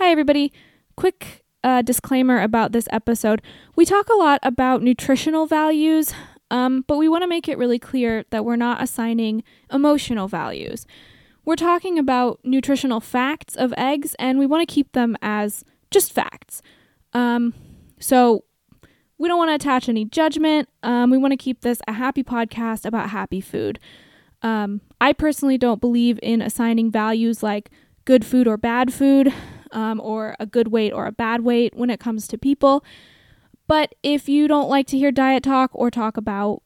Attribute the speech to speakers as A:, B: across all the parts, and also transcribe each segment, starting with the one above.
A: everybody. Quick uh, disclaimer about this episode. We talk a lot about nutritional values, um, but we want to make it really clear that we're not assigning emotional values. We're talking about nutritional facts of eggs, and we want to keep them as just facts. Um, so we don't want to attach any judgment. Um, we want to keep this a happy podcast about happy food. Um, I personally don't believe in assigning values like good food or bad food, um, or a good weight or a bad weight when it comes to people. But if you don't like to hear diet talk or talk about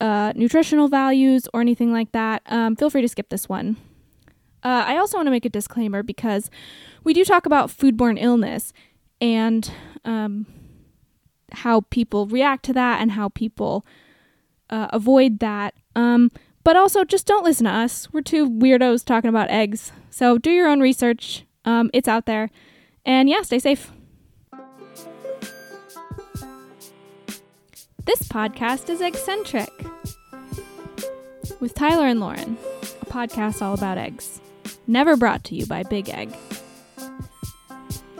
A: uh, nutritional values or anything like that, um, feel free to skip this one. Uh, I also want to make a disclaimer because we do talk about foodborne illness and um, how people react to that and how people uh, avoid that. Um, but also, just don't listen to us. We're two weirdos talking about eggs. So do your own research. Um, it's out there. And yeah, stay safe. This podcast is Eccentric with Tyler and Lauren, a podcast all about eggs. Never brought to you by Big Egg.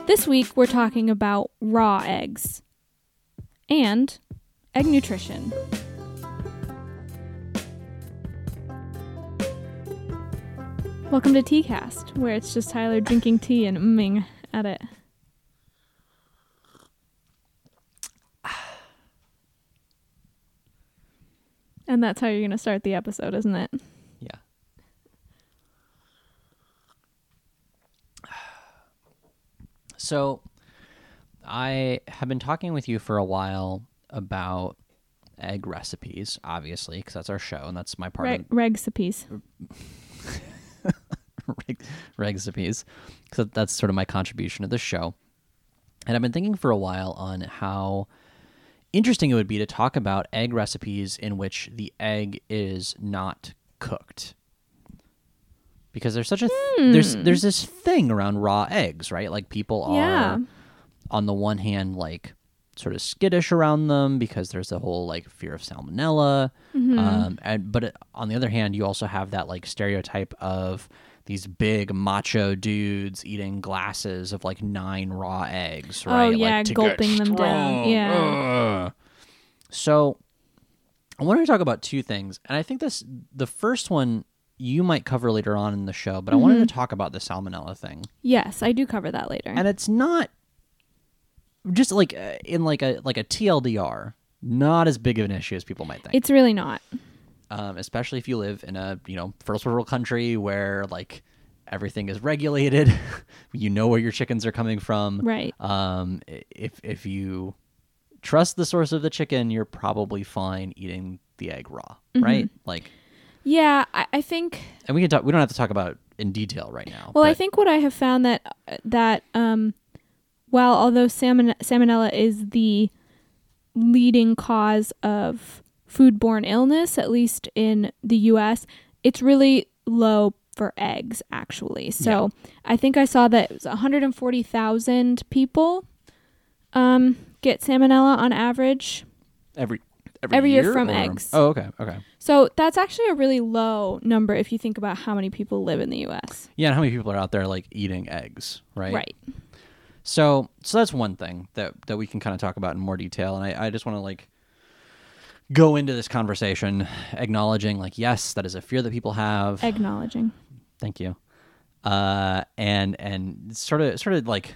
A: This week, we're talking about raw eggs and egg nutrition. Welcome to TeaCast, where it's just Tyler drinking tea and umming at it. And that's how you're going to start the episode, isn't it?
B: Yeah. So I have been talking with you for a while about egg recipes, obviously, because that's our show and that's my part
A: Reg- recipes.
B: of reg- recipes, because that's sort of my contribution to the show. And I've been thinking for a while on how interesting it would be to talk about egg recipes in which the egg is not cooked. Because there's such a th- there's there's this thing around raw eggs, right? Like people are
A: Yeah.
B: on the one hand like sort of skittish around them because there's the whole like fear of salmonella
A: Mm-hmm.
B: um, and but it- on the other hand you also have that like stereotype of these big macho dudes eating glasses of like nine raw eggs right
A: Oh, yeah,
B: like to get
A: gulping them down. Yeah.
B: so I wanted to talk about two things, and I think this the first one you might cover later on in the show, but I wanted
A: Mm-hmm.
B: to talk about the salmonella thing,
A: Yes, I do cover that later.
B: and it's not just like uh, in like a like a TLDR, not as big of an issue as people might think,
A: it's really not.
B: um, especially if you live in a you know first world country where like everything is regulated, you know where your chickens are coming from,
A: Right.
B: um, i- if if you trust the source of the chicken, you're probably fine eating the egg raw,
A: Mm-hmm.
B: right? Like,
A: Yeah, I, I think.
B: and we can talk. We don't have to talk about it in detail right now.
A: Well, I
B: but-
A: think what I have found that that um, while although salmon, salmonella is the leading cause of foodborne illness, at least in the U.S., it's really low for eggs actually. So I think I saw that it was 140,000 people um, get salmonella on average.
B: every every,
A: every year from
B: or-
A: eggs.
B: Oh, okay, okay.
A: So that's actually a really low number if you think about how many people live in the U.S.
B: Yeah, and how many people are out there like eating eggs, right?
A: Right.
B: So, so that's one thing that that we can kind of talk about in more detail, and I, I just want to like go into this conversation acknowledging like yes that is a fear that people have
A: Acknowledging.
B: Thank you. Uh, and and sort of sort of like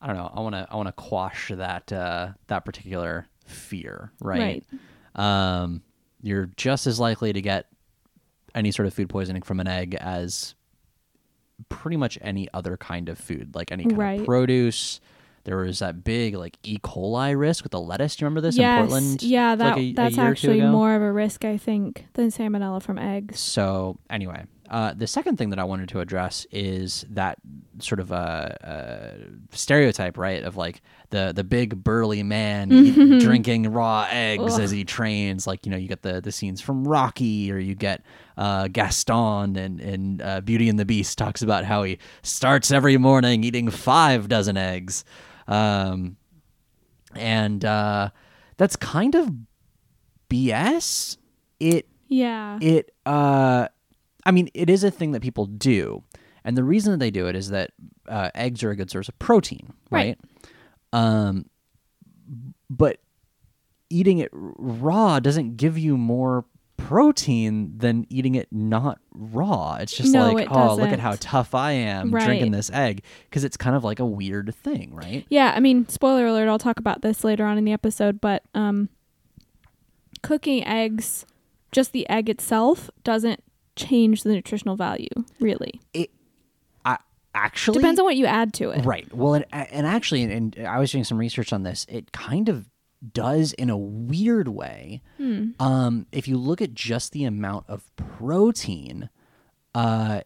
B: I don't know. I want to I want to quash that uh, that particular fear, right? Um, you're just as likely to get any sort of food poisoning from an egg as pretty much any other kind of food, like any kind
A: Right.
B: of produce. There was that big like E. coli risk with the lettuce. Do you remember this
A: yes.
B: in Portland?
A: Yeah,
B: like,
A: that,
B: a- a
A: that's
B: year or two
A: actually
B: ago?
A: more of a risk, I think, than salmonella from eggs.
B: So anyway, uh, the second thing that I wanted to address is that sort of a, uh stereotype, right, of like the the big burly man eat- drinking raw eggs as he trains. Like you know, you get the the scenes from Rocky, or you get uh, Gaston and and uh, Beauty and the Beast talks about how he starts every morning eating five dozen eggs. Um, and uh, that's kind of BS. It
A: Yeah.
B: it uh i mean it is a thing that people do And the reason that they do it is that uh, eggs are a good source of protein,
A: Right.
B: right? Um, but eating it raw doesn't give you more protein than eating it not raw. It's just
A: No,
B: like,
A: it
B: oh, look at
A: doesn't.
B: how tough I am
A: Right.
B: drinking this egg because it's kind of like a weird thing, right?
A: Yeah, I mean, spoiler alert, I'll talk about this later on in the episode, but um cooking eggs, just the egg itself doesn't change the nutritional value, really.
B: I actually
A: Depends on what you add to it.
B: Right. Well, and, and actually, and, and I was doing some research on this. It kind of does in a weird way. Um, if you look at just the amount of protein, uh,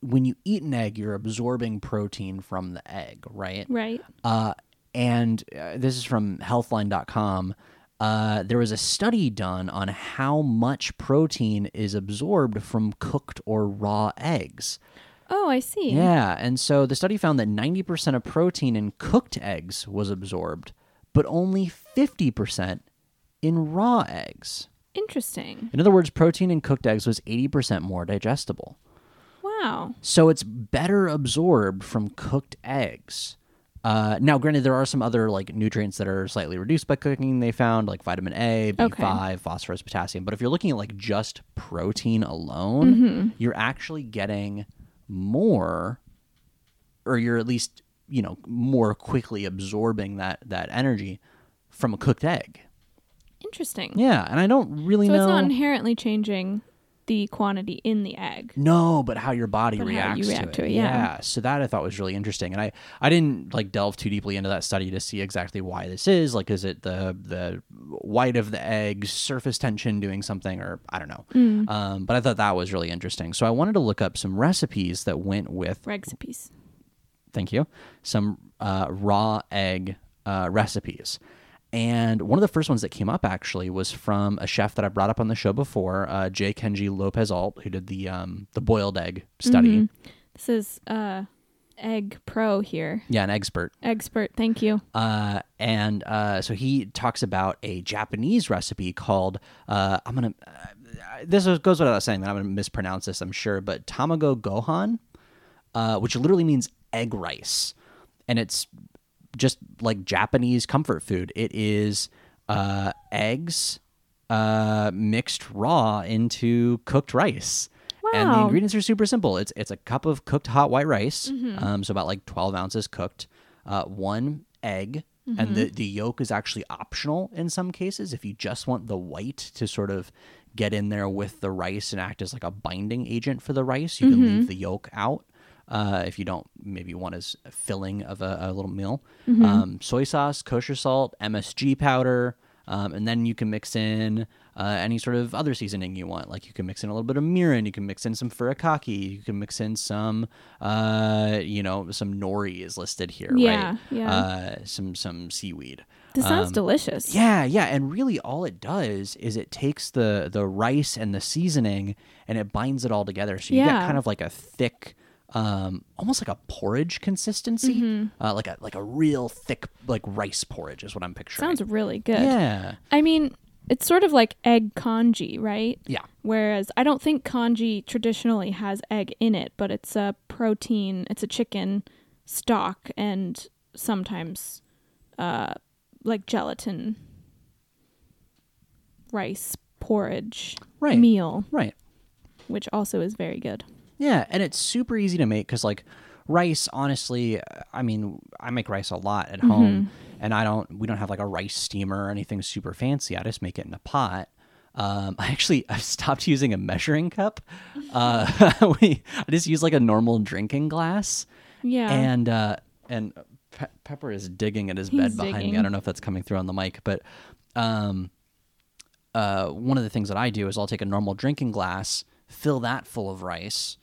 B: when you eat an egg, you're absorbing protein from the egg, right?
A: Right.
B: Uh, and uh, this is from healthline.com. Uh, there was a study done on how much protein is absorbed from cooked or raw eggs.
A: Oh, I see.
B: Yeah, and so the study found that 90% of protein in cooked eggs was absorbed, but only 50% in raw eggs.
A: Interesting.
B: In other words, protein in cooked eggs was 80% more digestible.
A: Wow.
B: So it's better absorbed from cooked eggs. Uh, now, granted, there are some other like nutrients that are slightly reduced by cooking. They found like vitamin A, B5, phosphorus, potassium. But if you're looking at like just protein alone,
A: Mm-hmm.
B: you're actually getting more, or you're at least you know more quickly absorbing that that energy from a cooked egg.
A: Interesting.
B: Yeah, and I don't really
A: so
B: know.
A: it's not inherently changing the quantity in the egg.
B: No, but how your body
A: But how you
B: reacts,
A: react
B: to it.
A: to it, yeah.
B: So that I thought was really interesting, and I I didn't like delve too deeply into that study to see exactly why this is. Like, is it the the white of the egg, surface tension doing something, or I don't know.
A: Mm.
B: Um, but I thought that was really interesting. So I wanted to look up some recipes that went with
A: Recipes.
B: thank you some uh, raw egg uh, recipes and one of the first ones that came up actually was from a chef that I brought up on the show before, uh, J. Kenji Lopez Alt, who did the um, the boiled egg study.
A: This is uh egg pro here.
B: Yeah, an expert.
A: Expert, thank you.
B: Uh, and uh, so he talks about a Japanese recipe called uh, I'm gonna. Uh, this is- goes without saying that I'm gonna mispronounce this, I'm sure, but tamago gohan, uh, which literally means egg rice, and it's just like Japanese comfort food. It is uh, eggs uh, mixed raw into cooked rice. And the
A: Wow.
B: ingredients are super simple. It's it's a cup of cooked hot white rice, um, so about like twelve ounces cooked. Uh, one egg, and the the yolk is actually optional in some cases if you just want the white to sort of get in there with the rice and act as like a binding agent for the rice. You can leave the yolk out uh, if you don't maybe want as filling of a, a little meal.
A: Mm-hmm.
B: Um, soy sauce, kosher salt, MSG powder, um, and then you can mix in uh, any sort of other seasoning you want. Like you can mix in a little bit of mirin, you can mix in some furikake, you can mix in some, uh, you know, some nori is listed here,
A: Yeah,
B: right?
A: yeah.
B: Uh, some some seaweed.
A: This sounds delicious.
B: Um, Yeah, yeah, and really all it does is it takes the the rice and the seasoning and it binds it all together. So you get
A: Yeah.
B: kind of like a thick um almost like a porridge consistency,
A: Mm-hmm.
B: uh, like a like a real thick like rice porridge is what I'm picturing.
A: Sounds really good.
B: yeah.
A: I mean, it's sort of like egg congee, right?
B: Yeah.
A: Whereas I don't think congee traditionally has egg in it, but it's a protein, it's a chicken stock and sometimes uh like gelatin rice porridge
B: Right.
A: meal,
B: Right.
A: which also is very good.
B: Yeah, and it's super easy to make because like rice, honestly, I mean, I make rice a lot
A: Mm-hmm.
B: at home, and I don't. We don't have like a rice steamer or anything super fancy. I just make it in a pot. Um, I actually I've stopped using a measuring cup. Uh, we, I just use like a normal drinking glass,
A: Yeah.
B: and uh, and Pe- Pepper is digging at his bed
A: He's
B: behind me. I
A: digging.
B: don't know if that's coming through on the mic, but um, uh, one of the things that I do is I'll take a normal drinking glass, fill that full of rice,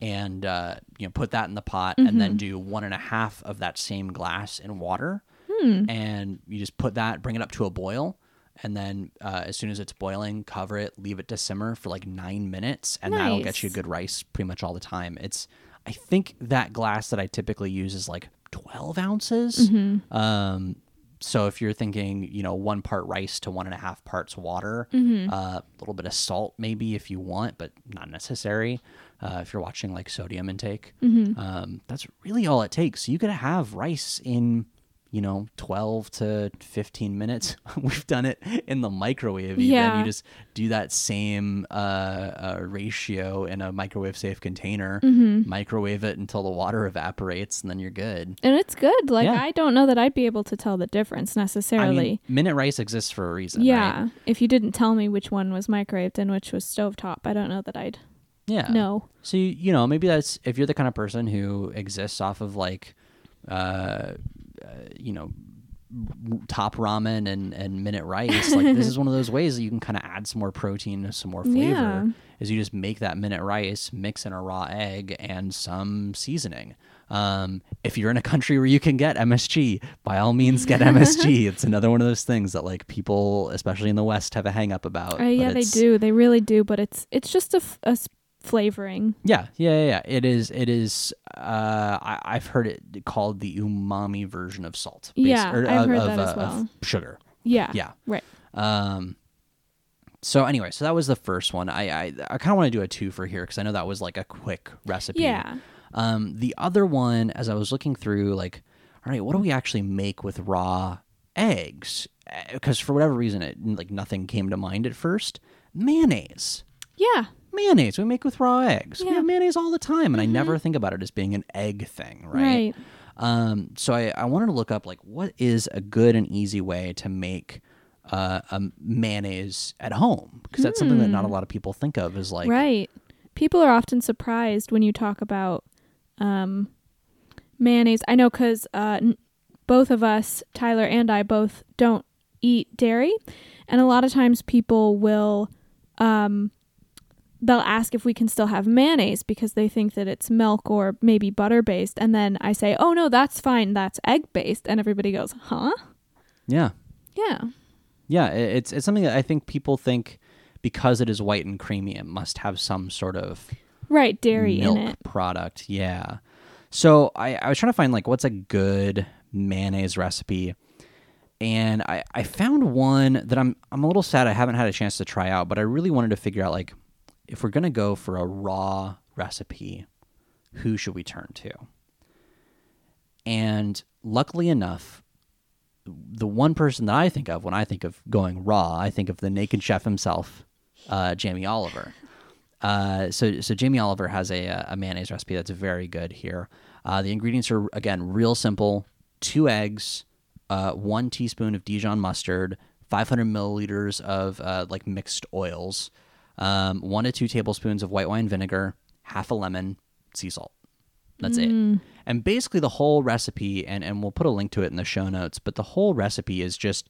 B: and uh, you know put that in the pot, and then do one and a half of that same glass in water, and you just put that, bring it up to a boil. And then, uh, as soon as it's boiling, cover it, leave it to simmer for like nine minutes, and that'll get you
A: Nice.
B: good rice pretty much all the time. It's, I think that glass that I typically use is like twelve ounces. Um, So if you're thinking, you know, one part rice to one and a half parts water,
A: Mm-hmm.
B: uh, a little bit of salt maybe if you want, but not necessary. Uh, if you're watching like sodium intake,
A: Mm-hmm.
B: um, that's really all it takes. So you could have rice in, you know, 12 to 15 minutes. We've done it in the microwave. Even.
A: Yeah.
B: You just do that same uh, uh, ratio in a microwave safe container,
A: Mm-hmm.
B: microwave it until the water evaporates, and then you're good.
A: And it's good. Like
B: Yeah.
A: I don't know that I'd be able to tell the difference
B: I
A: necessarily.
B: mean, minute rice exists for a reason.
A: yeah.
B: right?
A: If you didn't tell me which one was microwaved and which was stovetop, I don't know that I'd
B: Yeah.
A: know.
B: So you, you know, maybe that's if you're the kind of person who exists off of like, uh, uh you know, r- top ramen and and minute rice. like this is one of those ways that you can kind of add some more protein, some more flavor.
A: Yeah.
B: Is you just make that minute rice, mix in a raw egg and some seasoning. Um, if you're in a country where you can get MSG, by all means get MSG. it's another one of those things that like people, especially in the West, have a hang up about.
A: Uh,
B: but
A: yeah, they
B: it's-
A: do. They really do. But it's it's just a, f- a s- flavoring.
B: Yeah, yeah, yeah, yeah. It is. It is. Uh, I, I've heard it called the umami version of salt. basi-
A: Yeah, I've heard that as well. Ah.
B: sugar.
A: Yeah.
B: Yeah.
A: Right.
B: Um. So anyway, so that was the first one. I I, I kind of want to do a two for here because I know that was like a quick recipe.
A: Yeah.
B: Um. The other one, as I was looking through, like, all right, what do we actually make with raw eggs? Because for whatever reason, it like nothing came to mind at first. Mayonnaise
A: Yeah.
B: mayonnaise we make with raw eggs. We
A: Yeah. Mm-hmm.
B: have mayonnaise all the time, and I never think about it as being an egg thing, right?
A: Right.
B: Um, so I, I wanted to look up like what is a good and easy way to make uh, a mayonnaise at home because that's something that not a lot of people think of as like
A: Mm. right. People are often surprised when you talk about um, mayonnaise. I know because uh, n- both of us, Tyler and I, both don't eat dairy, and a lot of times people will. Um, They'll ask if we can still have mayonnaise because they think that it's milk or maybe butter based. And then I say, oh no, that's fine. That's egg based. And everybody goes, huh?
B: yeah
A: Yeah.
B: yeah i- it's it's something that I think people think because it is white and creamy it must have some sort of
A: Right. Dairy
B: milk
A: in it.
B: product. Yeah. So I, I was trying to find like what's a good mayonnaise recipe. And I, I found one that I'm I'm a little sad I haven't had a chance to try out, but I really wanted to figure out like if we're gonna go for a raw recipe, who should we turn to? And luckily enough, the one person that I think of when I think of going raw, I think of the naked chef himself, uh, Jamie Oliver. Uh, so, so Jamie Oliver has a, uh, a mayonnaise recipe that's very good here. Uh, the ingredients are again real simple: two eggs, uh, one teaspoon of Dijon mustard, 500 milliliters of uh, like mixed oils, um, one to two tablespoons of white wine vinegar, half a lemon, sea salt. That's it. And basically, the whole recipe, and, and we'll put a link to it in the show notes. But the whole recipe is just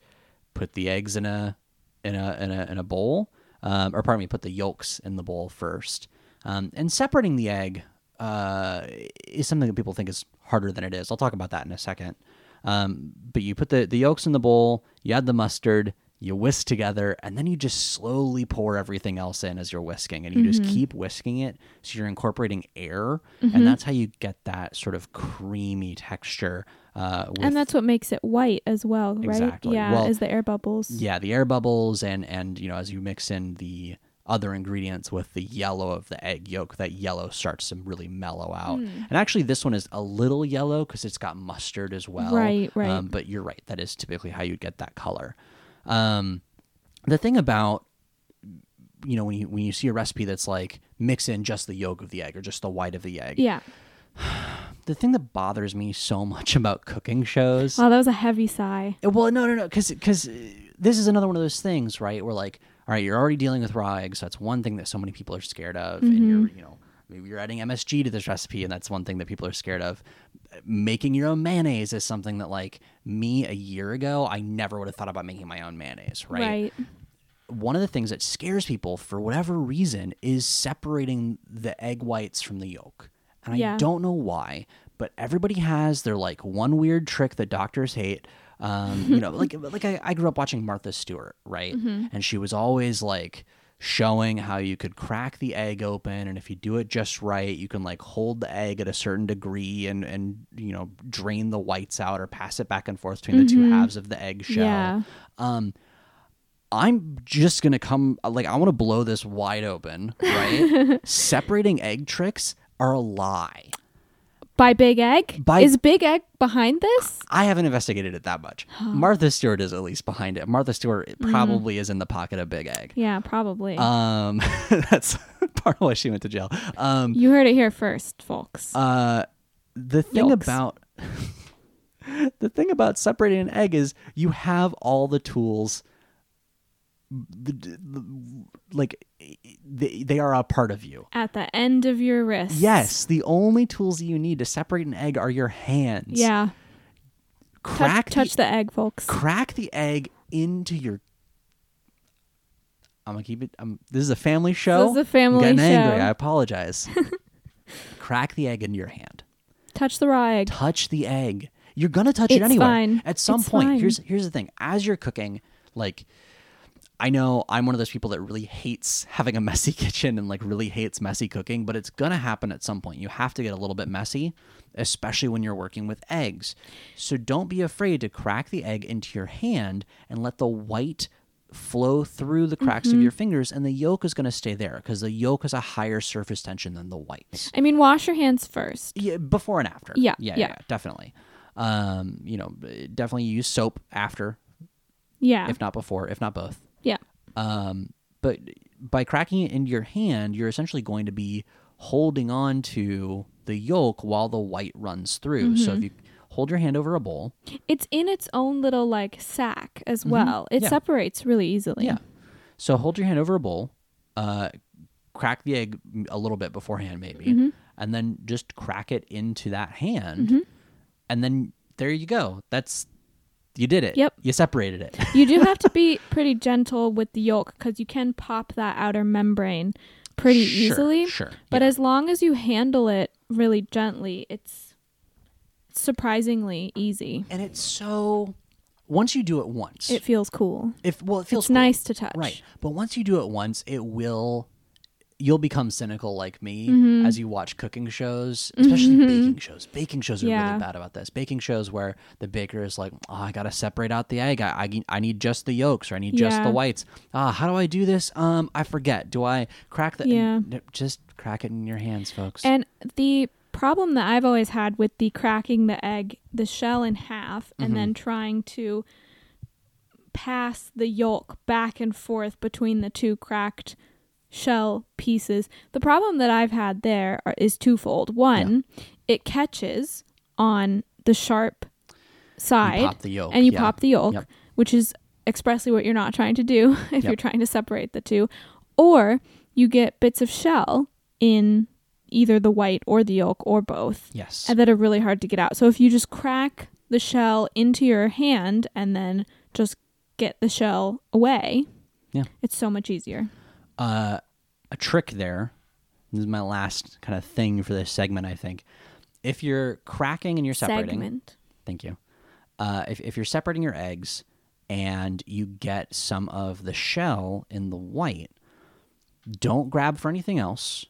B: put the eggs in a in a in a, in a bowl, um, or pardon me, put the yolks in the bowl first, um, and separating the egg uh, is something that people think is harder than it is. I'll talk about that in a second. Um, but you put the the yolks in the bowl, you add the mustard, you whisk together, and then you just slowly pour everything else in as you're whisking, and you just keep whisking it, so you're incorporating air, and that's how you get that sort of creamy texture. Uh, with
A: And that's what makes it white as well, right?
B: Exactly.
A: Yeah,
B: Well-
A: is the air bubbles.
B: yeah the air bubbles and and you know as you mix in the other ingredients with the yellow of the egg yolk that yellow starts to really mellow out
A: Hmm.
B: and actually this one is a little yellow because it's got mustard as well
A: Right, right.
B: um, but you're right that is typically how you get that color um, the thing about you know when you when you see a recipe that's like mix in just the yolk of the egg or just the white of the egg
A: Yeah.
B: the thing that bothers me so much about cooking shows
A: Wow, that was a heavy sigh.
B: uh, Well, no, no, no, because this is another one of those things, right? Where like, all right, you're already dealing with raw eggs. So that's one thing that so many people are scared of, and you're, you know, maybe you're adding MSG to this recipe, and that's one thing that people are scared of. Making your own mayonnaise is something that, like, me a year ago, I never would have thought about making my own mayonnaise, one of the things that scares people for whatever reason is separating the egg whites from the yolk. And I
A: Yeah.
B: don't know why, but everybody has their like one weird trick that doctors hate.
A: Mm-hmm.
B: Um, you know, like like I, I grew up watching Martha Stewart, right? And she was always like showing how you could crack the egg open and if you do it just right you can like hold the egg at a certain degree and and you know drain the whites out or pass it back and forth between the two halves of the
A: Mm-hmm.
B: eggshell
A: Yeah.
B: um i'm just gonna come like i want to blow this wide open right separating egg tricks are a lie
A: By Big Egg?
B: By-
A: Is Big Egg behind this?
B: I haven't investigated it that much. Martha Stewart is at least behind it. Martha Stewart probably is in the pocket of Big Egg.
A: Yeah, probably.
B: Um, that's part of why she went to jail. Um,
A: you heard it here first, folks.
B: uh, the thing
A: Yolks.
B: about the thing about separating an egg is you have all the tools. The, the- like they, they are a part of you.
A: At the end of your wrist.
B: Yes, the only tools you need to separate an egg are your hands.
A: Yeah.
B: crack
A: touch, touch the egg, folks.
B: crack the egg into your. I'm gonna keep it. i this is a family show.
A: This is a family
B: I'm getting angry.
A: show.
B: I apologize. crack the egg into your hand.
A: Touch the raw egg.
B: Touch the egg. You're gonna touch it
A: It's
B: anyway.
A: fine.
B: At some
A: It's
B: point,
A: fine.
B: here's here's the thing. As you're cooking, like. I know I'm one of those people that really hates having a messy kitchen and like really hates messy cooking, but it's gonna happen at some point. You have to get a little bit messy, especially when you're working with eggs. So don't be afraid to crack the egg into your hand and let the white flow through the cracks
A: Mm-hmm.
B: of your fingers, and the yolk is gonna stay there because the yolk has a higher surface tension than the whites
A: I mean, wash your hands first.
B: yeah, before and after.
A: Yeah,
B: yeah,
A: yeah.
B: definitely. Um, you know, definitely use soap after,
A: Yeah.
B: if not before, if not both.
A: yeah.
B: Um, but by cracking it into your hand, you're essentially going to be holding on to the yolk while the white runs through. So if you hold your hand over a bowl,
A: It's in its own little like sack as well. It
B: Mm-hmm. Yeah.
A: separates really easily.
B: yeah. So hold your hand over a bowl, uh, crack the egg m- a little bit beforehand, maybe, and then just crack it into that hand, and then there you go. That's you did it.
A: Yep.
B: You separated it.
A: You do have to be pretty gentle with the yolk because you can pop that outer membrane pretty
B: Sure,
A: easily.
B: sure,
A: But
B: yeah.
A: as long as you handle it really gently, it's surprisingly easy.
B: and it's so once you do it once,
A: It feels cool.
B: if well, it feels
A: It's
B: cool.
A: nice to touch.
B: right? But once you do it once, it will. You'll become cynical like me
A: Mm-hmm.
B: as you watch cooking shows, especially baking shows. Baking shows are
A: Yeah.
B: really bad about this. Baking shows where the baker is like, oh, I gotta separate out the egg. I, I, I need just the yolks or I need just
A: Yeah.
B: the whites. Ah, how do I do this? Um, I forget. Do I crack the?
A: Yeah.
B: n- Just crack it in your hands, folks.
A: And the problem that I've always had with the cracking the egg, the shell in half, and then trying to pass the yolk back and forth between the two cracked shell pieces. The problem that I've had there are, is twofold. One, it catches on the sharp side
B: pop the yolk,
A: and you
B: yeah.
A: pop the yolk,
B: Yep.
A: which is expressly what you're not trying to do if you're
B: Yep.
A: trying to separate the two, or you get bits of shell in either the white or the yolk or both
B: yes.
A: and that are really hard to get out. So if you just crack the shell into your hand and then just get the shell away,
B: Yeah.
A: it's so much easier.
B: uh, a trick there. This is my last kind of thing for this segment, I think. If you're cracking and you're separating,
A: Segment.
B: thank you. Uh, if, if you're separating your eggs and you get some of the shell in the white, don't grab for anything else.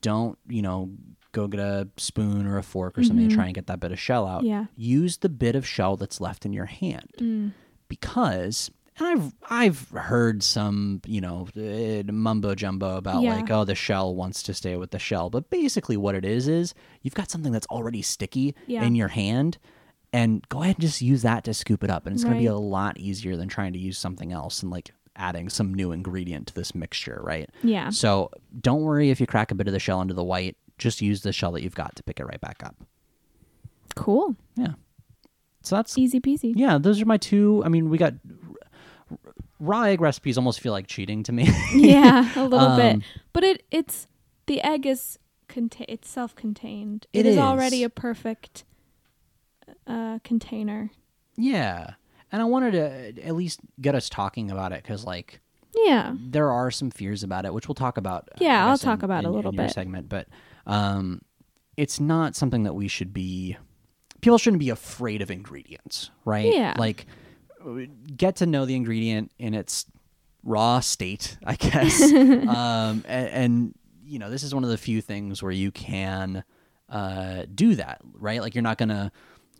B: Don't, you know, go get a spoon or a fork or something to try and get that bit of shell out.
A: Mm-hmm. Yeah. Mm.
B: Use the bit of shell that's left in your hand because and I've I've heard some you know eh, mumbo jumbo about
A: Yeah.
B: like oh the shell wants to stay with the shell, but basically what it is is you've got something that's already sticky
A: Yeah.
B: in your hand, and go ahead and just use that to scoop it up, and it's going to be
A: Right.
B: a lot easier than trying to use something else and like adding some new ingredient to this mixture, right?
A: Yeah.
B: So don't worry if you crack a bit of the shell into the white. Just use the shell that you've got to pick it right back up.
A: Cool.
B: Yeah. So that's
A: Easy peasy.
B: yeah, those are my two. I mean, we got r- r- raw egg recipes almost feel like cheating to me.
A: yeah, a little
B: Um,
A: bit. But it it's the egg is contain it's self-contained.
B: It
A: it is,
B: is.
A: already a perfect uh container.
B: yeah. And I wanted to uh, at least get us talking about it because, like,
A: Yeah.
B: there are some fears about it, which we'll talk about. uh, I
A: Yeah, I'll
B: guess,
A: talk
B: in-
A: about a
B: in-
A: little
B: in your
A: bit.
B: segment, but um, it's not something that we should be. People shouldn't be afraid of ingredients, right?
A: Yeah.
B: Like, get to know the ingredient in its raw state, I guess. um, and, and you know, this is one of the few things where you can uh, do that, right? Like you're not gonna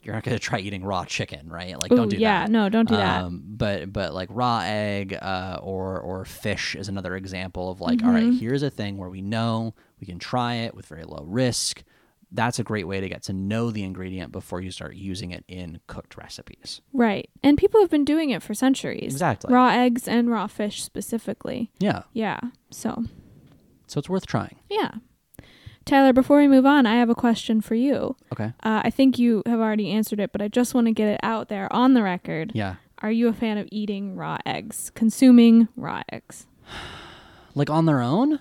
B: you're not gonna try eating raw chicken, right? Like
A: Ooh,
B: don't do
A: yeah,
B: that.
A: no, don't do that.
B: Um, but but like raw egg uh, or or fish is another example of like all right
A: Mm-hmm.
B: here's a thing where we know we can try it with very low risk. That's a great way to get to know the ingredient before you start using it in cooked recipes.
A: Right. And people have been doing it for centuries.
B: Exactly.
A: Raw eggs and raw fish specifically.
B: Yeah,
A: Yeah. So,
B: so it's worth trying.
A: yeah. Tyler, before we move on, I have a question for you.
B: Okay.
A: Uh, I think you have already answered it, but I just want to get it out there on the record.
B: Yeah.
A: Are you a fan of eating raw eggs, consuming raw eggs?
B: Like on their own?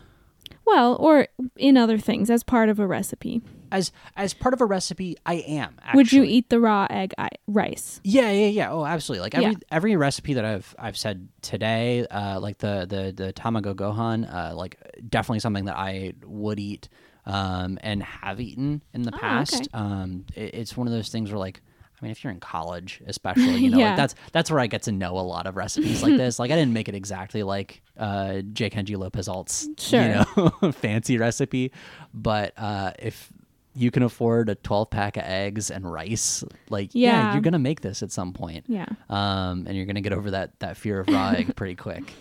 A: Well, or in other things as part of a recipe.
B: As as part of a recipe, I am. Actually.
A: Would you eat the raw egg I- rice?
B: Yeah, yeah, yeah. Oh, absolutely. Like every
A: Yeah.
B: every recipe that I've I've said today, uh, like the the the tamago gohan, uh, like definitely something that I would eat, um, and have eaten in the
A: Oh,
B: past.
A: okay.
B: Um, it, it's one of those things where like. I mean, if you're in college, especially, you know,
A: Yeah.
B: like that's that's where I get to know a lot of recipes like this. Like, I didn't make it exactly like uh, J. Kenji Lopez Alt's,
A: Sure.
B: you know, fancy recipe, but uh, if you can afford a 12 pack of eggs and rice, like, yeah,
A: Yeah.
B: you're gonna make this at some point.
A: Yeah.
B: Um, and you're gonna get over that that fear of raw egg pretty quick.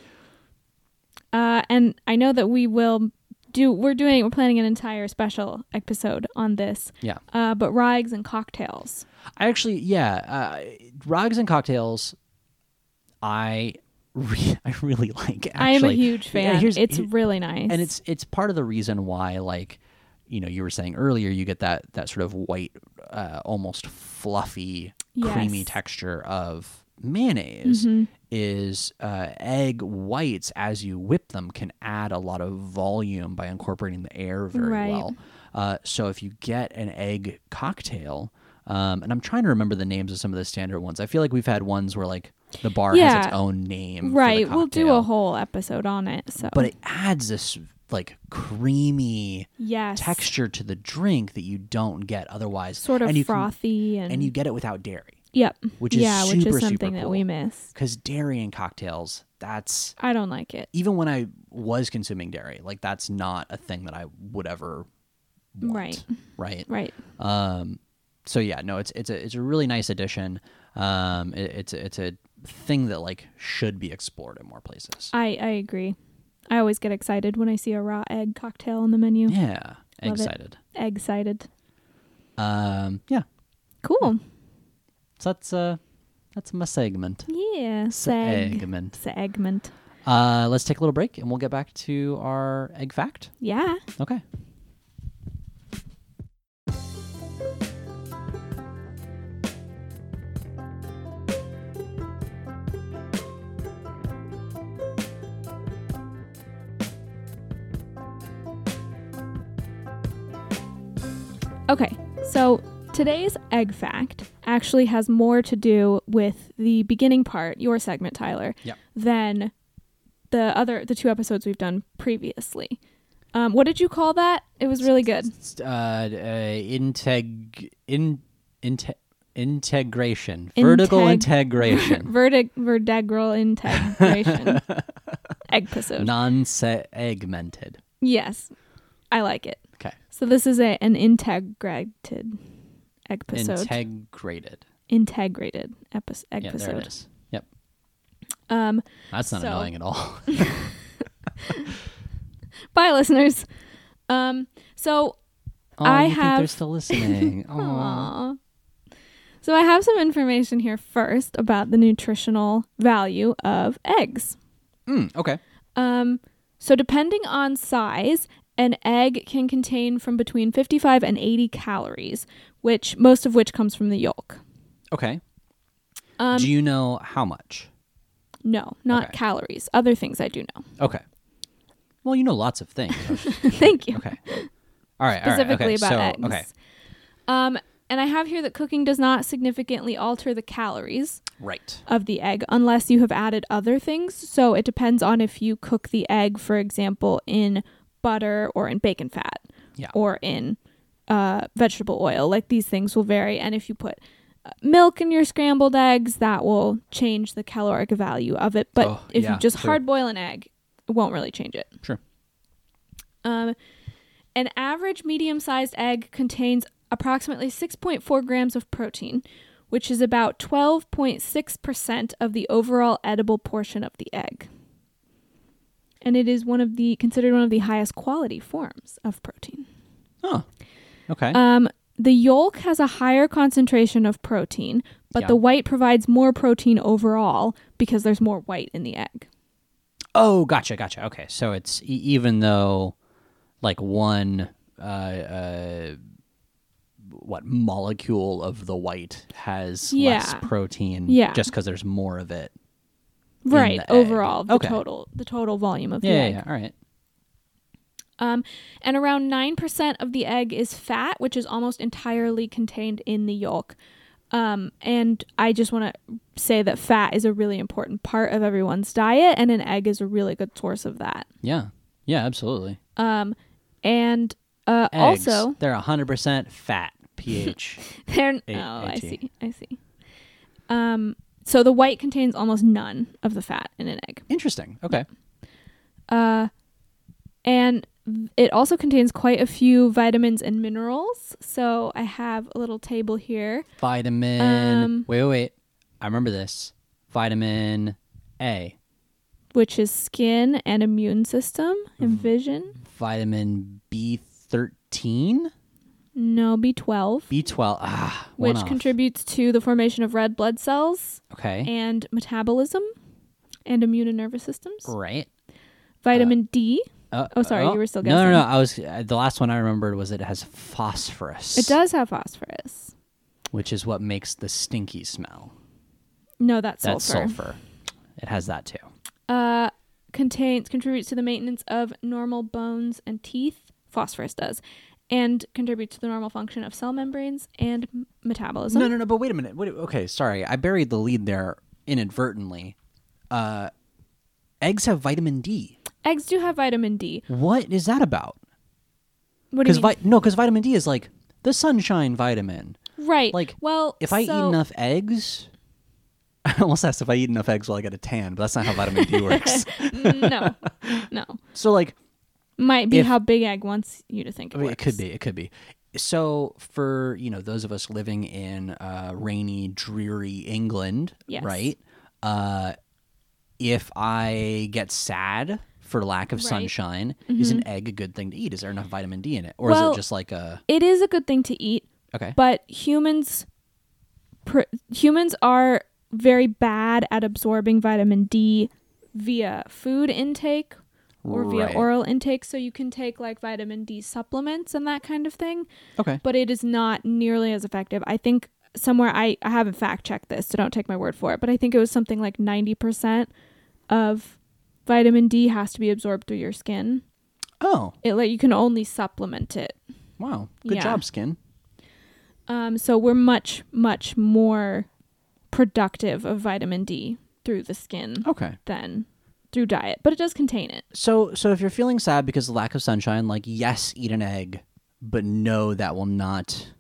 A: Uh, and I know that we will do. We're doing. We're planning an entire special episode on this.
B: Yeah.
A: Uh, but raw eggs and cocktails.
B: I actually, yeah, uh, raw eggs and cocktails. I, re- I really like. Actually,
A: I am a huge
B: Yeah,
A: fan.
B: here's-
A: it's
B: here-
A: really nice.
B: and it's it's part of the reason why like you know you were saying earlier you get that that sort of white uh, almost fluffy
A: Yes.
B: creamy
A: Mm-hmm.
B: texture of mayonnaise is uh, egg whites as you whip them can add a lot of volume by incorporating the air very
A: Right.
B: well uh, so if you get an egg cocktail um, and i'm trying to remember the names of some of the standard ones i feel like we've had ones where like the bar has its
A: Yeah.
B: own name for the
A: right. We'll do a
B: cocktail
A: whole episode on it. So.
B: but it adds this like creamy
A: yes.
B: texture to the drink that you don't get otherwise.
A: Sort of
B: and you can-
A: frothy and.
B: and you get it without dairy
A: Yep.
B: which is
A: yeah, which
B: super,
A: is
B: super
A: something that
B: cool.
A: we miss.
B: because dairy in cocktails, that's
A: I don't like it.
B: even when I was consuming dairy, like that's not a thing that I would ever want.
A: Right.
B: Right.
A: Right.
B: Um, so yeah, no, it's it's a it's a really nice addition. Um, it, it's a, it's a thing that like should be explored in more places.
A: I I agree. I always get excited when I see a raw egg cocktail on the menu.
B: yeah,
A: Love it.
B: excited.
A: Excited.
B: Um, yeah,
A: Cool.
B: so that's uh that's my segment.
A: Yeah. Seg.
B: Segment.
A: Segment.
B: Uh, let's take a little break and we'll get back to our egg fact.
A: Yeah.
B: Okay.
A: Okay, so today's egg fact actually has more to do with the beginning part, your segment, Tyler,
B: Yep.
A: than the other the two episodes we've done previously. Um, what did you call that? It was really good.
B: Uh, uh integ in inte- integration.
A: Integ-
B: Vertical integration.
A: Vertig vertebral integration. egg episode.
B: non segmented.
A: yes, I like it.
B: Okay.
A: So this is a an integrated egg episode.
B: Integrated.
A: integrated episode. Egg
B: Yeah, there it
A: episode.
B: is. Yep.
A: Um,
B: That's not
A: So-
B: annoying at all.
A: bye, listeners. Um, so
B: Oh,
A: I
B: you think they're
A: have-
B: still listening. Aw.
A: Aw. uh, So I have some information here first about the nutritional value of eggs.
B: Mm, okay.
A: Um, so depending on size, an egg can contain from between 55 and 80 calories, which most of which comes from the yolk.
B: Okay.
A: Um,
B: Do you know how much?
A: No, not
B: Okay.
A: calories. Other things I do know.
B: Okay. Well, you know lots of things. I was just-
A: Thank you.
B: okay. All right.
A: Specifically
B: all right. Okay.
A: about eggs.
B: so, Okay.
A: Um, and I have here that cooking does not significantly alter the calories.
B: Right.
A: of the egg unless you have added other things. So it depends on if you cook the egg, for example, in butter or in bacon fat
B: Yeah.
A: or in uh, vegetable oil. Like these things will vary. And if you put milk in your scrambled eggs, that will change the caloric value of it. But
B: Oh,
A: if
B: yeah,
A: you just
B: true.
A: hard boil an egg, it won't really change it.
B: Sure.
A: Um, an average medium sized egg contains approximately 6.4 grams of protein, which is about 12.6% of the overall edible portion of the egg. And it is one of the considered one of the highest quality forms of protein.
B: Oh. Okay.
A: Um, the yolk has a higher concentration of protein, but
B: Yeah.
A: the white provides more protein overall because there's more white in the egg.
B: oh, gotcha, gotcha. Okay, so it's e- even though, like one, uh, uh, what molecule of the white has
A: Yeah.
B: less protein?
A: Yeah.
B: just because there's more of it. the
A: Right,
B: egg.
A: overall, the
B: Okay.
A: total the total volume of
B: Yeah,
A: the
B: yeah,
A: egg.
B: yeah. All right.
A: Um, and around 9% of the egg is fat, which is almost entirely contained in the yolk. Um, and I just want to say that fat is a really important part of everyone's diet, and an egg is a really good source of that.
B: Yeah, yeah, absolutely.
A: Um, and uh,
B: Eggs,
A: also,
B: they're hundred percent fat. pH.
A: they're.
B: A-
A: oh, I
B: AT.
A: see. I see. Um, so the white contains almost none of the fat in an egg.
B: Interesting. Okay.
A: Uh, and it also contains quite a few vitamins and minerals. So I have a little table here.
B: Vitamin.
A: Um,
B: wait, wait, wait. I remember this. Vitamin A.
A: which is skin and immune system and
B: Mm-hmm.
A: vision.
B: Vitamin B thirteen.
A: No, B12,
B: B twelve. Ah, one
A: which
B: off.
A: contributes to the formation of red blood cells
B: Okay.
A: and metabolism and immune and nervous systems.
B: Right.
A: Vitamin D.
B: Uh,
A: Oh, sorry, you were still
B: No,
A: guessing.
B: no, no. I was uh, the last one I remembered was it has phosphorus.
A: It does have phosphorus.
B: which is what makes the stinky smell.
A: No, that's,
B: That's
A: sulfur.
B: sulfur. It has that too.
A: Uh, contains contributes to the maintenance of normal bones and teeth. Phosphorus does, and contributes to the normal function of cell membranes and m- metabolism.
B: No, no, no. But wait a minute. Wait, okay, sorry. I buried the lead there inadvertently. Uh, eggs have vitamin D.
A: Eggs do have vitamin D.
B: What is that about?
A: What do you
B: Because
A: mean?
B: vi- no, because vitamin D is like the sunshine vitamin.
A: right.
B: like,
A: well,
B: If I eat
A: so-
B: enough eggs, I almost asked if I eat enough eggs, will I get a tan? But that's not how vitamin D works.
A: mm, no, no.
B: So like,
A: Might be
B: If-
A: how Big Egg wants you to think it
B: I mean,
A: works.
B: it could be. It could be. So for you know those of us living in uh, rainy, dreary England,
A: Yes.
B: right? Uh, if I get sad for lack of
A: Right. Mm-hmm.
B: sunshine, is an egg a good thing to eat? Is there enough vitamin D in it, or
A: Well-
B: is it just like a
A: It is a good thing to eat,
B: okay?
A: but humans, pr- humans are very bad at absorbing vitamin D via food intake or
B: Right.
A: via oral intake. So you can take like vitamin D supplements and that kind of thing,
B: okay,
A: but it is not nearly as effective. I think somewhere I, I haven't fact checked this, so don't take my word for it, but I think it was something like ninety percent of vitamin D has to be absorbed through your skin.
B: oh
A: it like you can only supplement it.
B: wow, good
A: Yeah.
B: job, skin.
A: Um, so we're much much more productive of vitamin D through the skin
B: Okay,
A: than through diet, but it does contain it.
B: so so if you're feeling sad because of lack of sunshine, like yes, eat an egg, but no, that will not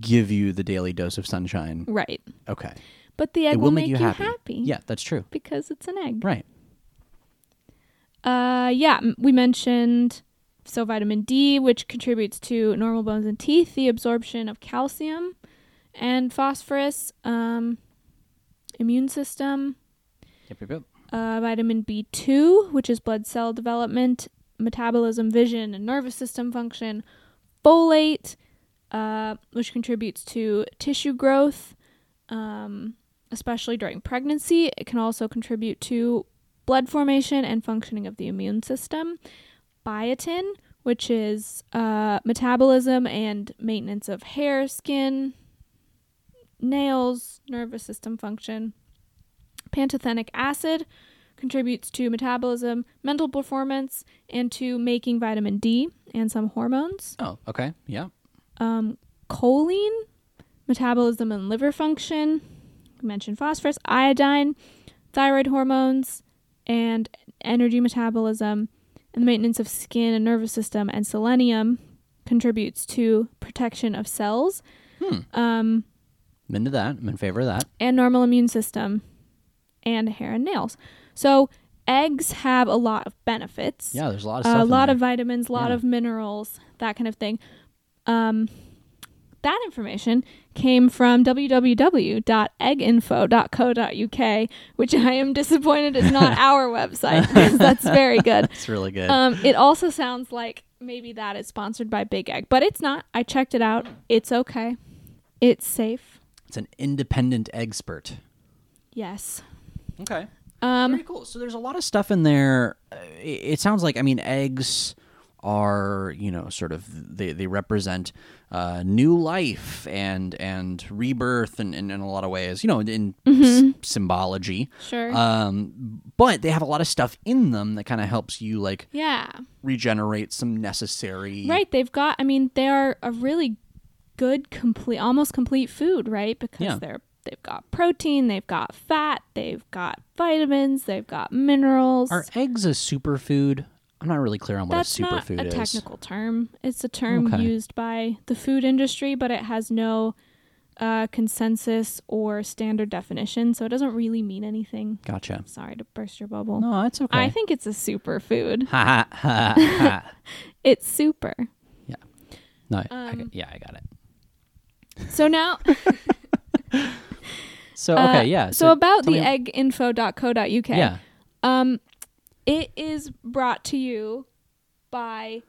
B: give you the daily dose of sunshine.
A: Right,
B: Okay,
A: but the egg
B: it will, make, you, happy.
A: happy.
B: Yeah, that's true.
A: because it's an egg.
B: Right.
A: Uh, yeah, m- we mentioned so vitamin D, which contributes to normal bones and teeth, the absorption of calcium and phosphorus, um, immune system.
B: Yep, yep, yep.
A: uh, vitamin B2, which is blood cell development, metabolism, vision, and nervous system function, folate, uh, which contributes to tissue growth, um, especially during pregnancy. It can also contribute to blood formation and functioning of the immune system, biotin, which is uh, metabolism and maintenance of hair, skin, nails, nervous system function. Pantothenic acid contributes to metabolism, mental performance, and to making vitamin D and some hormones.
B: Oh, okay. Yeah.
A: Um, choline, metabolism and liver function. We mentioned phosphorus, iodine, thyroid hormones, and energy metabolism, and the maintenance of skin and nervous system, and selenium contributes to protection of cells.
B: Hmm.
A: Um,
B: I'm into that. I'm in favor of that.
A: and normal immune system and hair and nails. So eggs have a lot of benefits.
B: Yeah, there's a lot of stuff.
A: a
B: in
A: lot
B: there.
A: of vitamins, a lot
B: Yeah.
A: of minerals, that kind of thing. Um, that information came from www.egginfo.co.uk, which I am disappointed is not our website because that's very good.
B: It's really good.
A: Um, it also sounds like maybe that is sponsored by Big Egg, but it's not. I checked it out. It's okay. It's safe.
B: it's an independent expert.
A: Yes.
B: Okay.
A: Um,
B: Very cool. So there's a lot of stuff in there. Uh, It it sounds like I mean eggs are you know sort of they, they represent uh, new life and and rebirth and, and in a lot of ways you know in
A: Mm-hmm.
B: s- symbology.
A: Sure.
B: Um, but they have a lot of stuff in them that kind of helps you like
A: yeah.
B: regenerate some necessary
A: Right. They've got, I mean, they are a really good, complete, almost complete food, right? Because
B: Yeah.
A: they're, they've got protein, they've got fat, they've got vitamins, they've got minerals.
B: Are eggs a superfood? I'm not really clear on what
A: That's
B: a
A: not a
B: superfood is.
A: technical term. It's a term
B: Okay.
A: used by the food industry, but it has no uh, consensus or standard definition, so it doesn't really mean anything.
B: Gotcha.
A: Sorry to burst your bubble.
B: No, that's okay.
A: I think it's a superfood.
B: ha ha ha. ha.
A: It's super.
B: No, I-
A: Um,
B: I got- yeah, I got it.
A: So now
B: So
A: Uh,
B: okay, yeah.
A: So, about
B: tell
A: the
B: me-
A: egginfo.co.uk.
B: yeah,
A: Um, it is brought to you by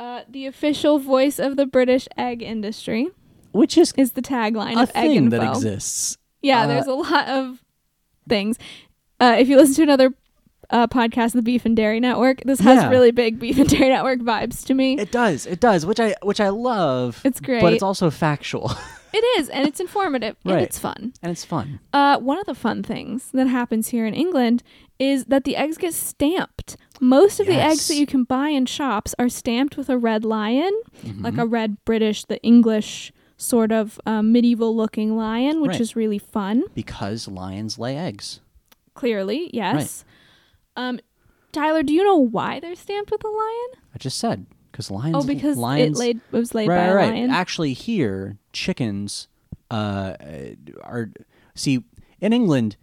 A: uh, the official voice of the British egg industry
B: which is
A: is the tagline
B: a
A: of egg
B: thing
A: info.
B: that exists.
A: Yeah,
B: Uh,
A: there's a lot of things. Uh, if you listen to another uh, podcast, the Beef and Dairy Network, this has
B: Yeah.
A: really big Beef and Dairy Network vibes to me.
B: It does, it does, which I which I love.
A: It's
B: but
A: great.
B: it's also factual
A: it is, and it's informative, and
B: Right.
A: it's fun.
B: and it's fun.
A: Uh, one of the fun things that happens here in England is that the eggs get stamped. Most of the eggs
B: Yes.
A: that you can buy in shops are stamped with a red lion,
B: Mm-hmm.
A: like a red British, the English sort of um, medieval looking lion, which
B: Right.
A: is really fun.
B: Because lions lay eggs.
A: Clearly, yes. Um, Tyler, do you know why they're stamped with a lion?
B: I just said because lions.
A: Oh, because
B: lions,
A: it laid it was laid
B: right,
A: by
B: right,
A: a
B: right.
A: lion.
B: Actually, here chickens uh, are see in England.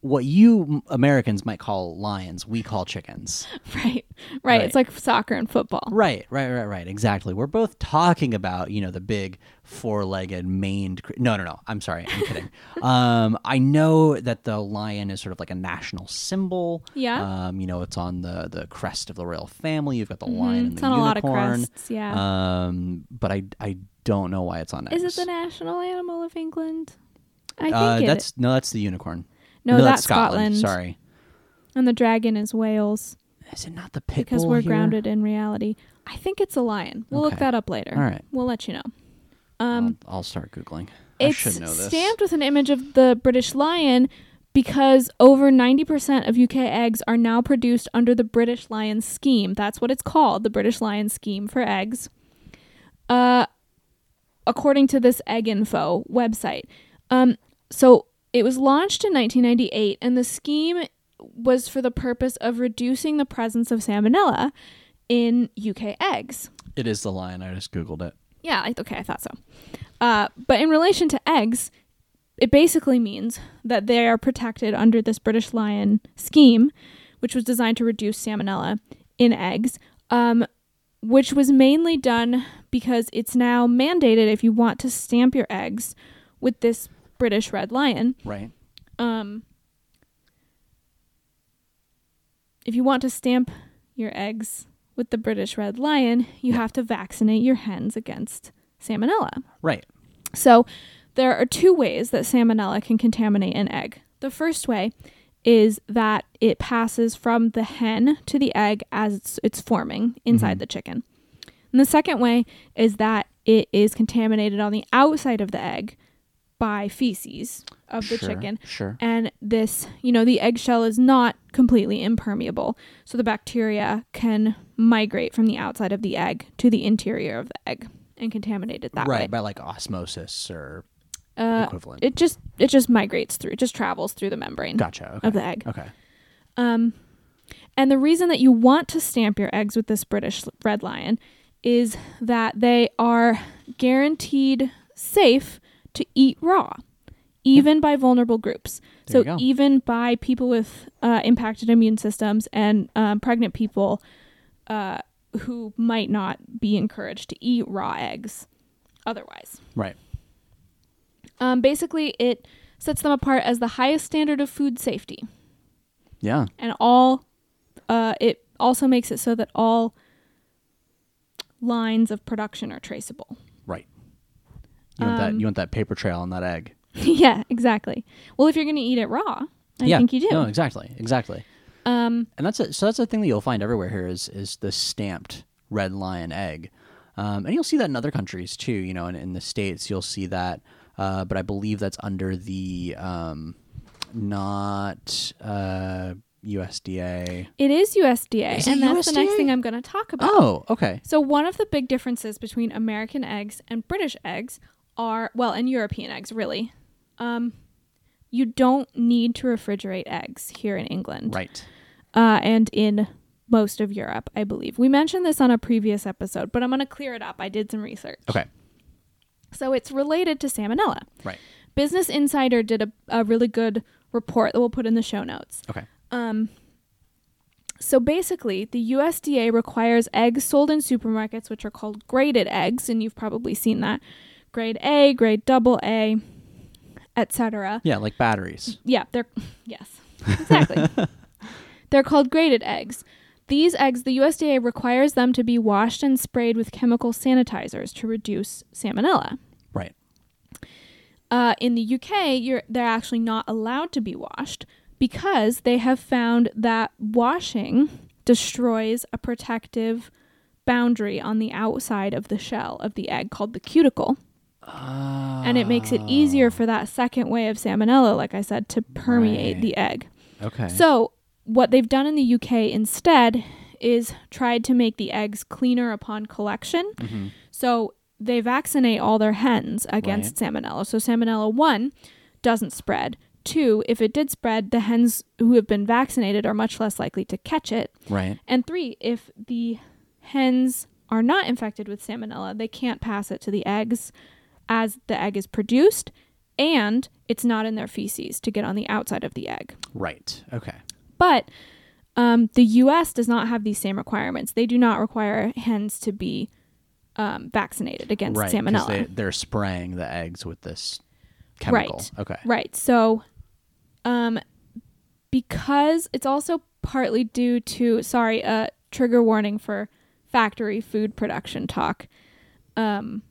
B: What you Americans might call lions, we call chickens.
A: right, right, It's like soccer and football.
B: Right, right, right, right. Exactly. We're both talking about you know the big four-legged maned. Cr- no, no, no. I'm sorry. I'm kidding. um, I know that the lion is sort of like a national symbol.
A: Yeah. Mm-hmm.
B: Um, you know, it's on the the crest of the royal family. You've got the lion and
A: It's
B: the
A: on a lot of
B: unicorn.
A: crests. Yeah.
B: Um, but I I don't know why it's on
A: is
B: eggs.
A: it the national animal of England? I think
B: uh,
A: it
B: that's no, that's the unicorn.
A: No,
B: that's
A: that's Scotland.
B: Sorry,
A: And the dragon is Wales
B: is it not the pit
A: because
B: bull
A: we're
B: here?
A: grounded in reality. I think it's a lion. We'll look
B: Okay.
A: that up later.
B: All right.
A: We'll let you know.
B: I'll, I'll start googling. I
A: um, It's
B: should know this.
A: stamped with an image of the British lion because over 90% of UK eggs are now produced under the British lion scheme. That's what it's called, the British lion scheme for eggs. Uh, according to this egg info website. Um, so it was launched in 1998, and the scheme was for the purpose of reducing the presence of salmonella in UK eggs.
B: It is the lion. I just googled it.
A: Yeah, I, okay, I thought so. Uh, but in relation to eggs, it basically means that they are protected under this British Lion scheme, which was designed to reduce salmonella in eggs, um, which was mainly done because it's now mandated if you want to stamp your eggs with this British Red Lion.
B: Right.
A: Um, if you want to stamp your eggs with the British Red Lion, you have to vaccinate your hens against salmonella.
B: Right.
A: So there are two ways that salmonella can contaminate an egg. The first way is that it passes from the hen to the egg as it's, it's forming inside the chicken. And the second way is that it is contaminated on the outside of the egg by feces of the
B: Sure,
A: chicken.
B: Sure.
A: And this, you know, the eggshell is not completely impermeable. So the bacteria can migrate from the outside of the egg to the interior of the egg and contaminate it that
B: right
A: way.
B: by like osmosis or
A: Uh,
B: equivalent.
A: it just it just migrates through it just travels through the membrane
B: gotcha. Okay.
A: of the egg
B: Okay.
A: um and the reason that you want to stamp your eggs with this british red lion is that they are guaranteed safe to eat raw even by vulnerable groups.
B: There
A: so
B: you go.
A: even by people with uh, impacted immune systems and um, pregnant people uh, who might not be encouraged to eat raw eggs otherwise.
B: Right.
A: Um, basically, it sets them apart as the highest standard of food safety,
B: Yeah.
A: and all uh, it also makes it so that all lines of production are traceable.
B: Right. You want that
A: Um,
B: you want that paper trail on that egg.
A: yeah, exactly. Well, if you're going to eat it raw, I
B: yeah.
A: think you do.
B: No, exactly. Exactly.
A: Um,
B: And that's a, so that's a thing that you'll find everywhere here is is the stamped red lion egg, um, and you'll see that in other countries too. You know, in, in the states you'll see that, uh, but I believe that's under the um, not uh, USDA.
A: it is USDA,
B: Is it
A: and that's the next
B: USDA?
A: thing I'm going to talk about.
B: Oh, okay.
A: So one of the big differences between American eggs and British eggs are well, and European eggs really. Um, you don't need to refrigerate eggs here in England,
B: Right.
A: uh, and in most of Europe, I believe. We mentioned this on a previous episode, but I'm going to clear it up. I did some research.
B: Okay.
A: So it's related to salmonella.
B: Right.
A: Business Insider did a, a really good report that we'll put in the show notes.
B: Okay.
A: So basically, the USDA requires eggs sold in supermarkets, which are called graded eggs, and you've probably seen that grade A, grade double A, etc.
B: Yeah, like batteries.
A: Yeah, they're yes, exactly. they're called graded eggs. These eggs, the USDA requires them to be washed and sprayed with chemical sanitizers to reduce salmonella.
B: Right.
A: Uh, in the UK, you're, they're actually not allowed to be washed because they have found that washing destroys a protective boundary on the outside of the shell of the egg called the cuticle. and it makes it e- easier for that second wave of salmonella, like I said, to permeate
B: Right.
A: the egg.
B: Okay.
A: So, what they've done in the UK instead is tried to make the eggs cleaner upon collection. So, they vaccinate all their hens against salmonella. So, salmonella 1 doesn't spread. 2, if it did spread, the hens who have been vaccinated are much less likely to catch it.
B: right.
A: And 3, if the hens are not infected with salmonella, they can't pass it to the eggs as the egg is produced and it's not in their feces to get on the outside of the egg.
B: Right. Okay.
A: But um, the U.S. does not have these same requirements. They do not require hens to be um, vaccinated against
B: Right. 'cause
A: salmonella.
B: They, they're spraying the eggs with this chemical.
A: Right.
B: Okay.
A: Right. So, um, because it's also partly due to sorry, uh, trigger warning for factory food production talk. Um,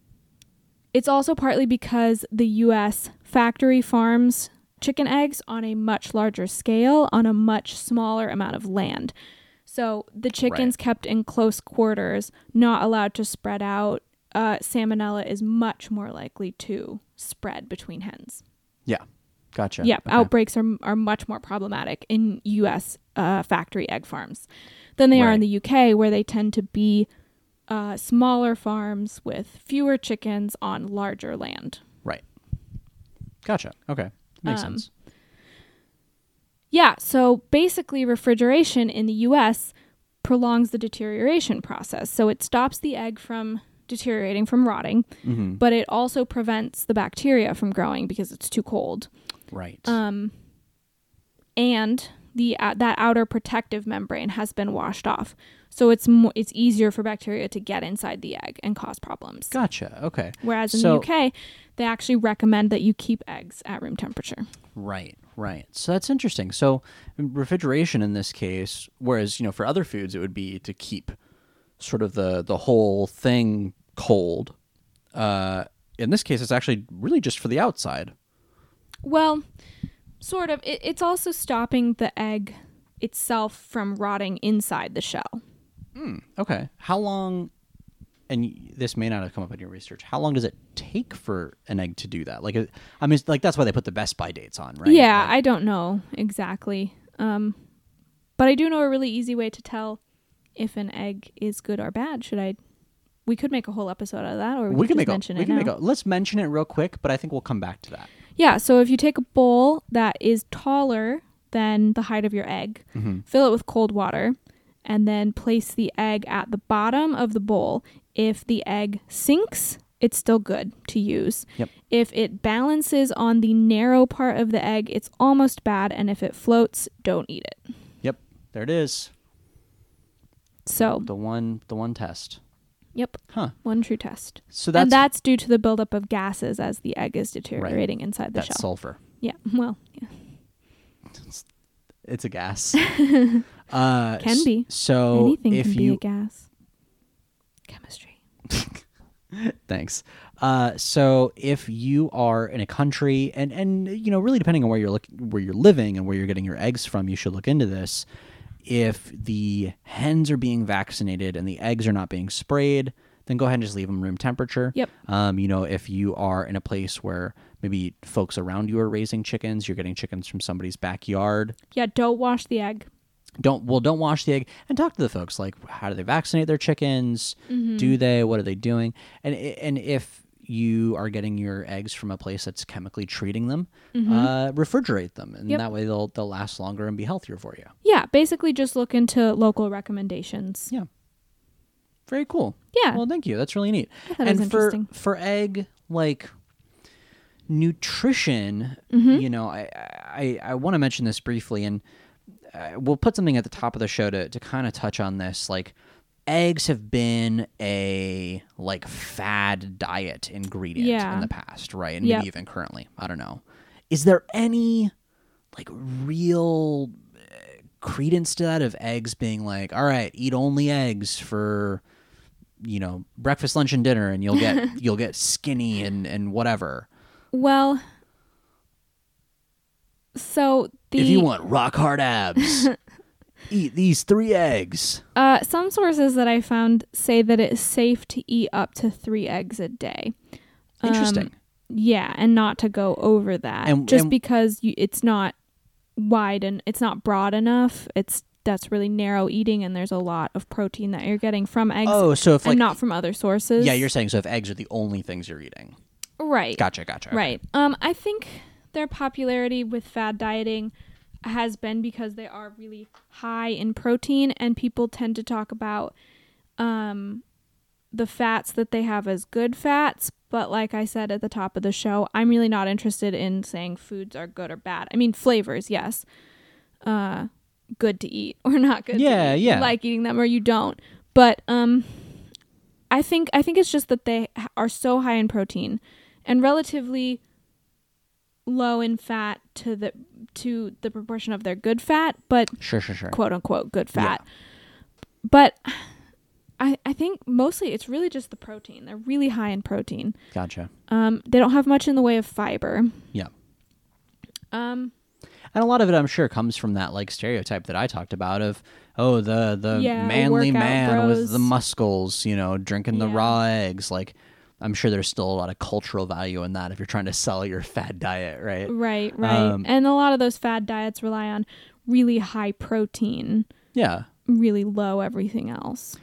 A: it's also partly because the U.S. factory farms chicken eggs on a much larger scale on a much smaller amount of land. So the chickens kept in close quarters, not allowed to spread out. Uh, salmonella is much more likely to spread between hens.
B: Yeah. Gotcha.
A: Yep,
B: Okay.
A: outbreaks are, are much more problematic in U.S. Uh, factory egg farms than they are
B: Right.
A: in the U.K., where they tend to be uh, smaller farms with fewer chickens on larger land.
B: Right. Gotcha. Okay. Makes
A: Um,
B: sense.
A: Yeah, so basically, refrigeration in the U.S. prolongs the deterioration process. So it stops the egg from deteriorating, from rotting,
B: hmm
A: but it also prevents the bacteria from growing because it's too cold.
B: Right.
A: Um, and the uh, that outer protective membrane has been washed off, so it's mo- it's easier for bacteria to get inside the egg and cause problems.
B: gotcha. Okay.
A: Whereas in
B: So-
A: the UK, they actually recommend that you keep eggs at room temperature.
B: Right. Right. So that's interesting. So refrigeration in this case, whereas you know for other foods it would be to keep sort of the the whole thing cold. Uh, in this case, it's actually really just for the outside.
A: Well, sort of. It, it's also stopping the egg itself from rotting inside the shell.
B: Okay. How long? And y- this may not have come up in your research. How long does it take for an egg to do that? Like, it- I mean, like that's why they put the best by dates on, right?
A: Yeah,
B: Like-
A: I don't know exactly. Um, but I do know a really easy way to tell if an egg is good or bad. Should I? We could make a whole episode out of that, or we,
B: we
A: could just
B: can make a,
A: mention
B: we
A: it
B: can
A: now.
B: make a, let's mention it real quick, but I think we'll come back to that.
A: yeah. So if you take a bowl that is taller than the height of your egg,
B: Mm-hmm.
A: fill it with cold water, and then place the egg at the bottom of the bowl. If the egg sinks, it's still good to use.
B: Yep.
A: If it balances on the narrow part of the egg, it's almost bad. And if it floats, don't eat it.
B: Yep. There it is.
A: So,
B: The one the one test.
A: yep,
B: Huh.
A: one true test.
B: So that's
A: and that's due to the buildup of gases as the egg is deteriorating inside the
B: that's
A: shell.
B: sulfur.
A: yeah, well, yeah.
B: It's a gas. uh
A: Can
B: s-
A: be.
B: So
A: anything
B: if
A: can
B: you
A: be a gas. Chemistry.
B: Thanks. Uh, so, if you are in a country, and and you know, really depending on where you're look, where you're living, and where you're getting your eggs from, you should look into this. If the hens are being vaccinated and the eggs are not being sprayed, then go ahead and just leave them room temperature.
A: Yep.
B: Um, you know, if you are in a place where maybe folks around you are raising chickens, you're getting chickens from somebody's backyard
A: Yeah, don't wash the egg.
B: don't well don't wash the egg and talk to the folks like how do they vaccinate their chickens do they what are they doing and i- and if you are getting your eggs from a place that's chemically treating them uh, refrigerate them and
A: Yep.
B: that way they'll they'll last longer and be healthier for you
A: Yeah, basically just look into local recommendations.
B: yeah very cool
A: Yeah.
B: well thank you that's really neat
A: I thought it
B: and
A: was
B: for
A: interesting.
B: for egg like nutrition
A: Mm-hmm.
B: you know i i i want to mention this briefly and uh, we'll put something at the top of the show to, to kind of touch on this like eggs have been a like fad diet ingredient
A: Yeah.
B: in the past right and
A: Yep.
B: maybe even currently i don't know is there any like real uh, credence to that of eggs being like all right eat only eggs for you know breakfast lunch and dinner and you'll get you'll get skinny and and whatever
A: Well, so the
B: if you want rock hard abs eat these three eggs
A: Uh, some sources that I found say that it's safe to eat up to three eggs a day. Um,
B: interesting
A: Yeah, and not to go over that.
B: And-
A: just
B: and-
A: because you, it's not wide and it's not broad enough. It's that's really narrow eating, and there's a lot of protein that you're getting from eggs
B: oh so if
A: and
B: like
A: not from other sources.
B: yeah you're saying so if eggs are the only things you're eating
A: right.
B: gotcha gotcha okay.
A: Right. Um, I think their popularity with fad dieting has been because they are really high in protein, and people tend to talk about um, the fats that they have as good fats. But like I said at the top of the show, I'm really not interested in saying foods are good or bad. I mean, flavors, yes. Uh, good to eat or not good. to
B: Yeah,
A: eat.
B: yeah.
A: You like eating them or you don't. But um, I think I think it's just that they h- are so high in protein and relatively low in fat to the to the proportion of their good fat, but
B: sure sure sure
A: quote unquote good
B: Yeah.
A: fat. But I I think mostly it's really just the protein. They're really high in protein.
B: gotcha
A: Um, they don't have much in the way of fiber.
B: yeah
A: Um,
B: And a lot of it, I'm sure, comes from that like stereotype that I talked about of, oh, the the
A: Yeah,
B: manly
A: workout
B: man with
A: bros.
B: the muscles, you know, drinking the
A: Yeah.
B: raw eggs. Like, I'm sure there's still a lot of cultural value in that if you're trying to sell your fad diet, right?
A: right, right.
B: Um,
A: and a lot of those fad diets rely on really high protein,
B: Yeah.
A: really low everything else.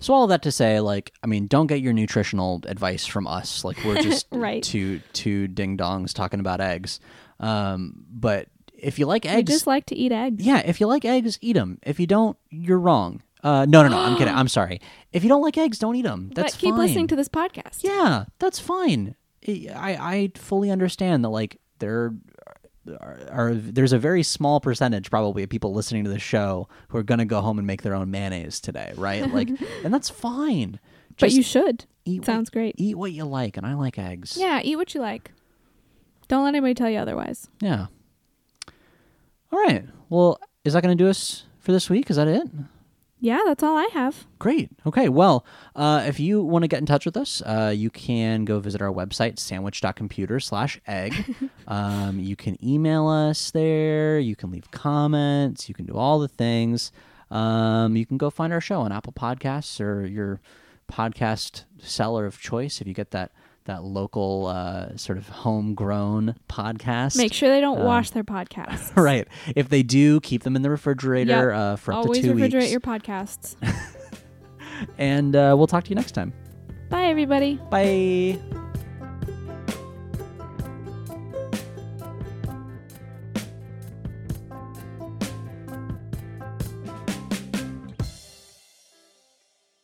B: So all of that to say, like, I mean, don't get your nutritional advice from us. Like, we're just
A: Right.
B: two two ding dongs talking about eggs. Um, but if you like
A: We
B: eggs,
A: just like to eat eggs.
B: yeah, if you like eggs, eat them. If you don't, you're wrong. Uh, no, no, no. I'm kidding. I'm sorry. If you don't like eggs, don't eat them. That's
A: but keep
B: fine.
A: listening to this podcast.
B: Yeah, that's fine. I I I fully understand that like there are, are there's a very small percentage probably of people listening to the show who are going to go home and make their own mayonnaise today, right? Like and that's fine.
A: but
B: Just
A: you should.
B: eat
A: Sounds
B: what,
A: great.
B: Eat what you like and I like eggs.
A: Yeah, eat what you like. Don't let anybody tell you otherwise.
B: Yeah. All right. Well, is that going to do us for this week? Is that it?
A: Yeah, that's all I have.
B: Great. Okay. Well, uh, if you want to get in touch with us, uh, you can go visit our website, sandwich.computer slash egg. um, you can email us there. You can leave comments. You can do all the things. Um, you can go find our show on Apple Podcasts or your podcast seller of choice if you get that that local uh, sort of homegrown podcast.
A: Make sure they don't wash their podcasts.
B: Uh, Right. If they do, keep them in the refrigerator
A: Yep.
B: uh, for up
A: Always
B: to two
A: refrigerate
B: weeks.
A: your podcasts.
B: And uh, we'll talk to you next time.
A: Bye, everybody.
B: Bye.